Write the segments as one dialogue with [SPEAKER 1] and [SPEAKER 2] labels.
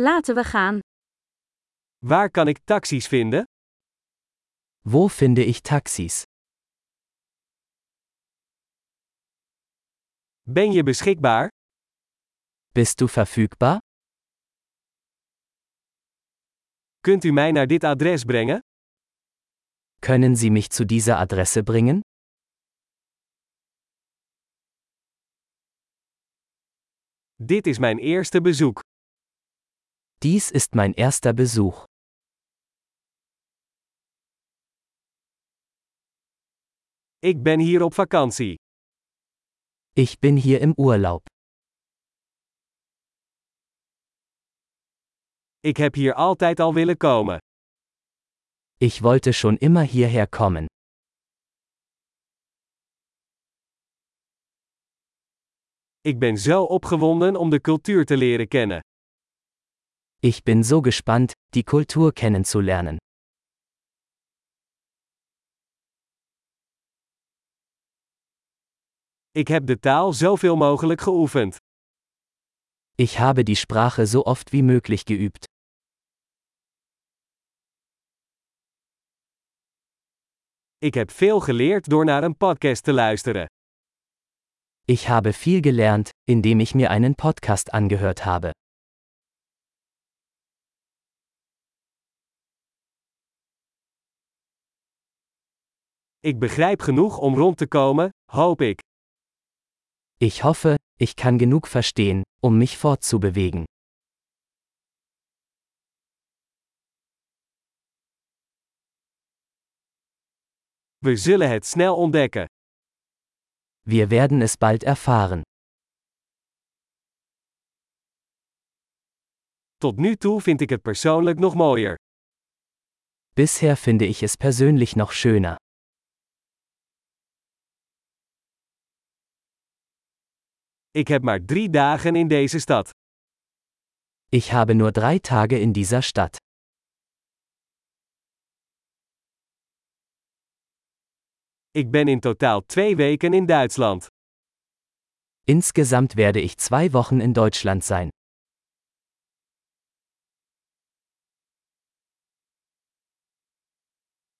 [SPEAKER 1] Laten we gaan.
[SPEAKER 2] Waar kan ik taxis vinden?
[SPEAKER 3] Wo finde ich Taxis?
[SPEAKER 2] Ben je beschikbaar?
[SPEAKER 3] Bist du verfügbar?
[SPEAKER 2] Kunt u mij naar dit adres brengen?
[SPEAKER 3] Können Sie mich zu dieser Adresse bringen?
[SPEAKER 2] Dit is mijn eerste bezoek.
[SPEAKER 3] Dies ist mein erster Besuch.
[SPEAKER 2] Ik ben hier op vakantie.
[SPEAKER 3] Ich bin hier im Urlaub.
[SPEAKER 2] Ik heb hier altijd al willen komen.
[SPEAKER 3] Ich wollte schon immer hierher kommen.
[SPEAKER 2] Ik ben zo opgewonden om de cultuur te leren kennen.
[SPEAKER 3] Ich bin so gespannt, die Kultur kennenzulernen.
[SPEAKER 2] Ik heb de taal zoveel mogelijk geoefend.
[SPEAKER 3] Ich habe die Sprache so oft wie möglich geübt.
[SPEAKER 2] Ik heb veel geleerd door naar een podcast te luisteren.
[SPEAKER 3] Ich habe viel gelernt, indem ich mir einen Podcast angehört habe.
[SPEAKER 2] Ik begrijp genoeg om rond te komen, hoop ik.
[SPEAKER 3] Ich hoffe, ich kann genug verstehen, um mich fortzubewegen.
[SPEAKER 2] We zullen het snel ontdekken.
[SPEAKER 3] Wir werden es bald erfahren.
[SPEAKER 2] Tot nu toe vind ik het persoonlijk nog mooier.
[SPEAKER 3] Bisher finde ich es persönlich noch schöner.
[SPEAKER 2] Ik heb maar drie dagen in deze stad.
[SPEAKER 3] Ich habe nur drei Tage in dieser Stadt.
[SPEAKER 2] Ik ben in totaal twee weken in Duitsland.
[SPEAKER 3] Insgesamt werde ich zwei Wochen in Deutschland sein.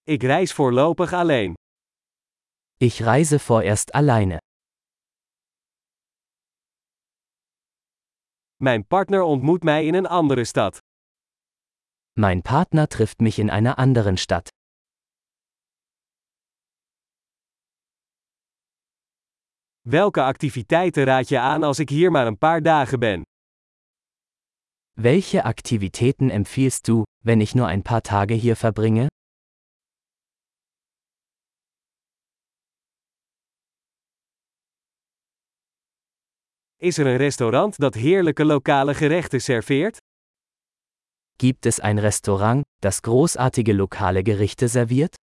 [SPEAKER 2] Ik reis voorlopig alleen.
[SPEAKER 3] Ich reise vorerst alleine.
[SPEAKER 2] Mijn partner ontmoet mij in een andere stad.
[SPEAKER 3] Mein Partner trifft mich in einer anderen Stadt.
[SPEAKER 2] Welke activiteiten raad je aan als ik hier maar een paar dagen ben?
[SPEAKER 3] Welche Aktivitäten empfiehlst du, wenn ich nur ein paar Tage hier verbringe?
[SPEAKER 2] Is er een restaurant dat heerlijke lokale gerechten serveert?
[SPEAKER 3] Gibt es ein Restaurant, das großartige lokale Gerichte serviert?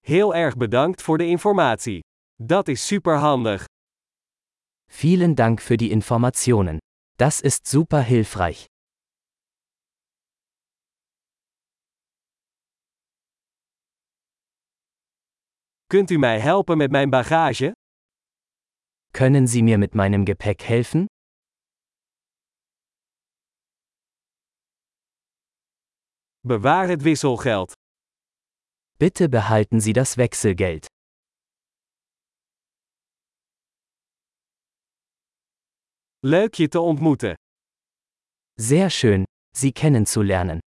[SPEAKER 2] Heel erg bedankt voor de informatie. Dat is superhandig.
[SPEAKER 3] Vielen Dank für die Informationen. Das ist super hilfreich.
[SPEAKER 2] Kunt u mij helpen met mijn bagage?
[SPEAKER 3] Können Sie mir mit meinem Gepäck helfen?
[SPEAKER 2] Bewaar het wisselgeld.
[SPEAKER 3] Bitte behalten Sie das Wechselgeld.
[SPEAKER 2] Leuk je te ontmoeten.
[SPEAKER 3] Sehr schön, Sie kennenzulernen.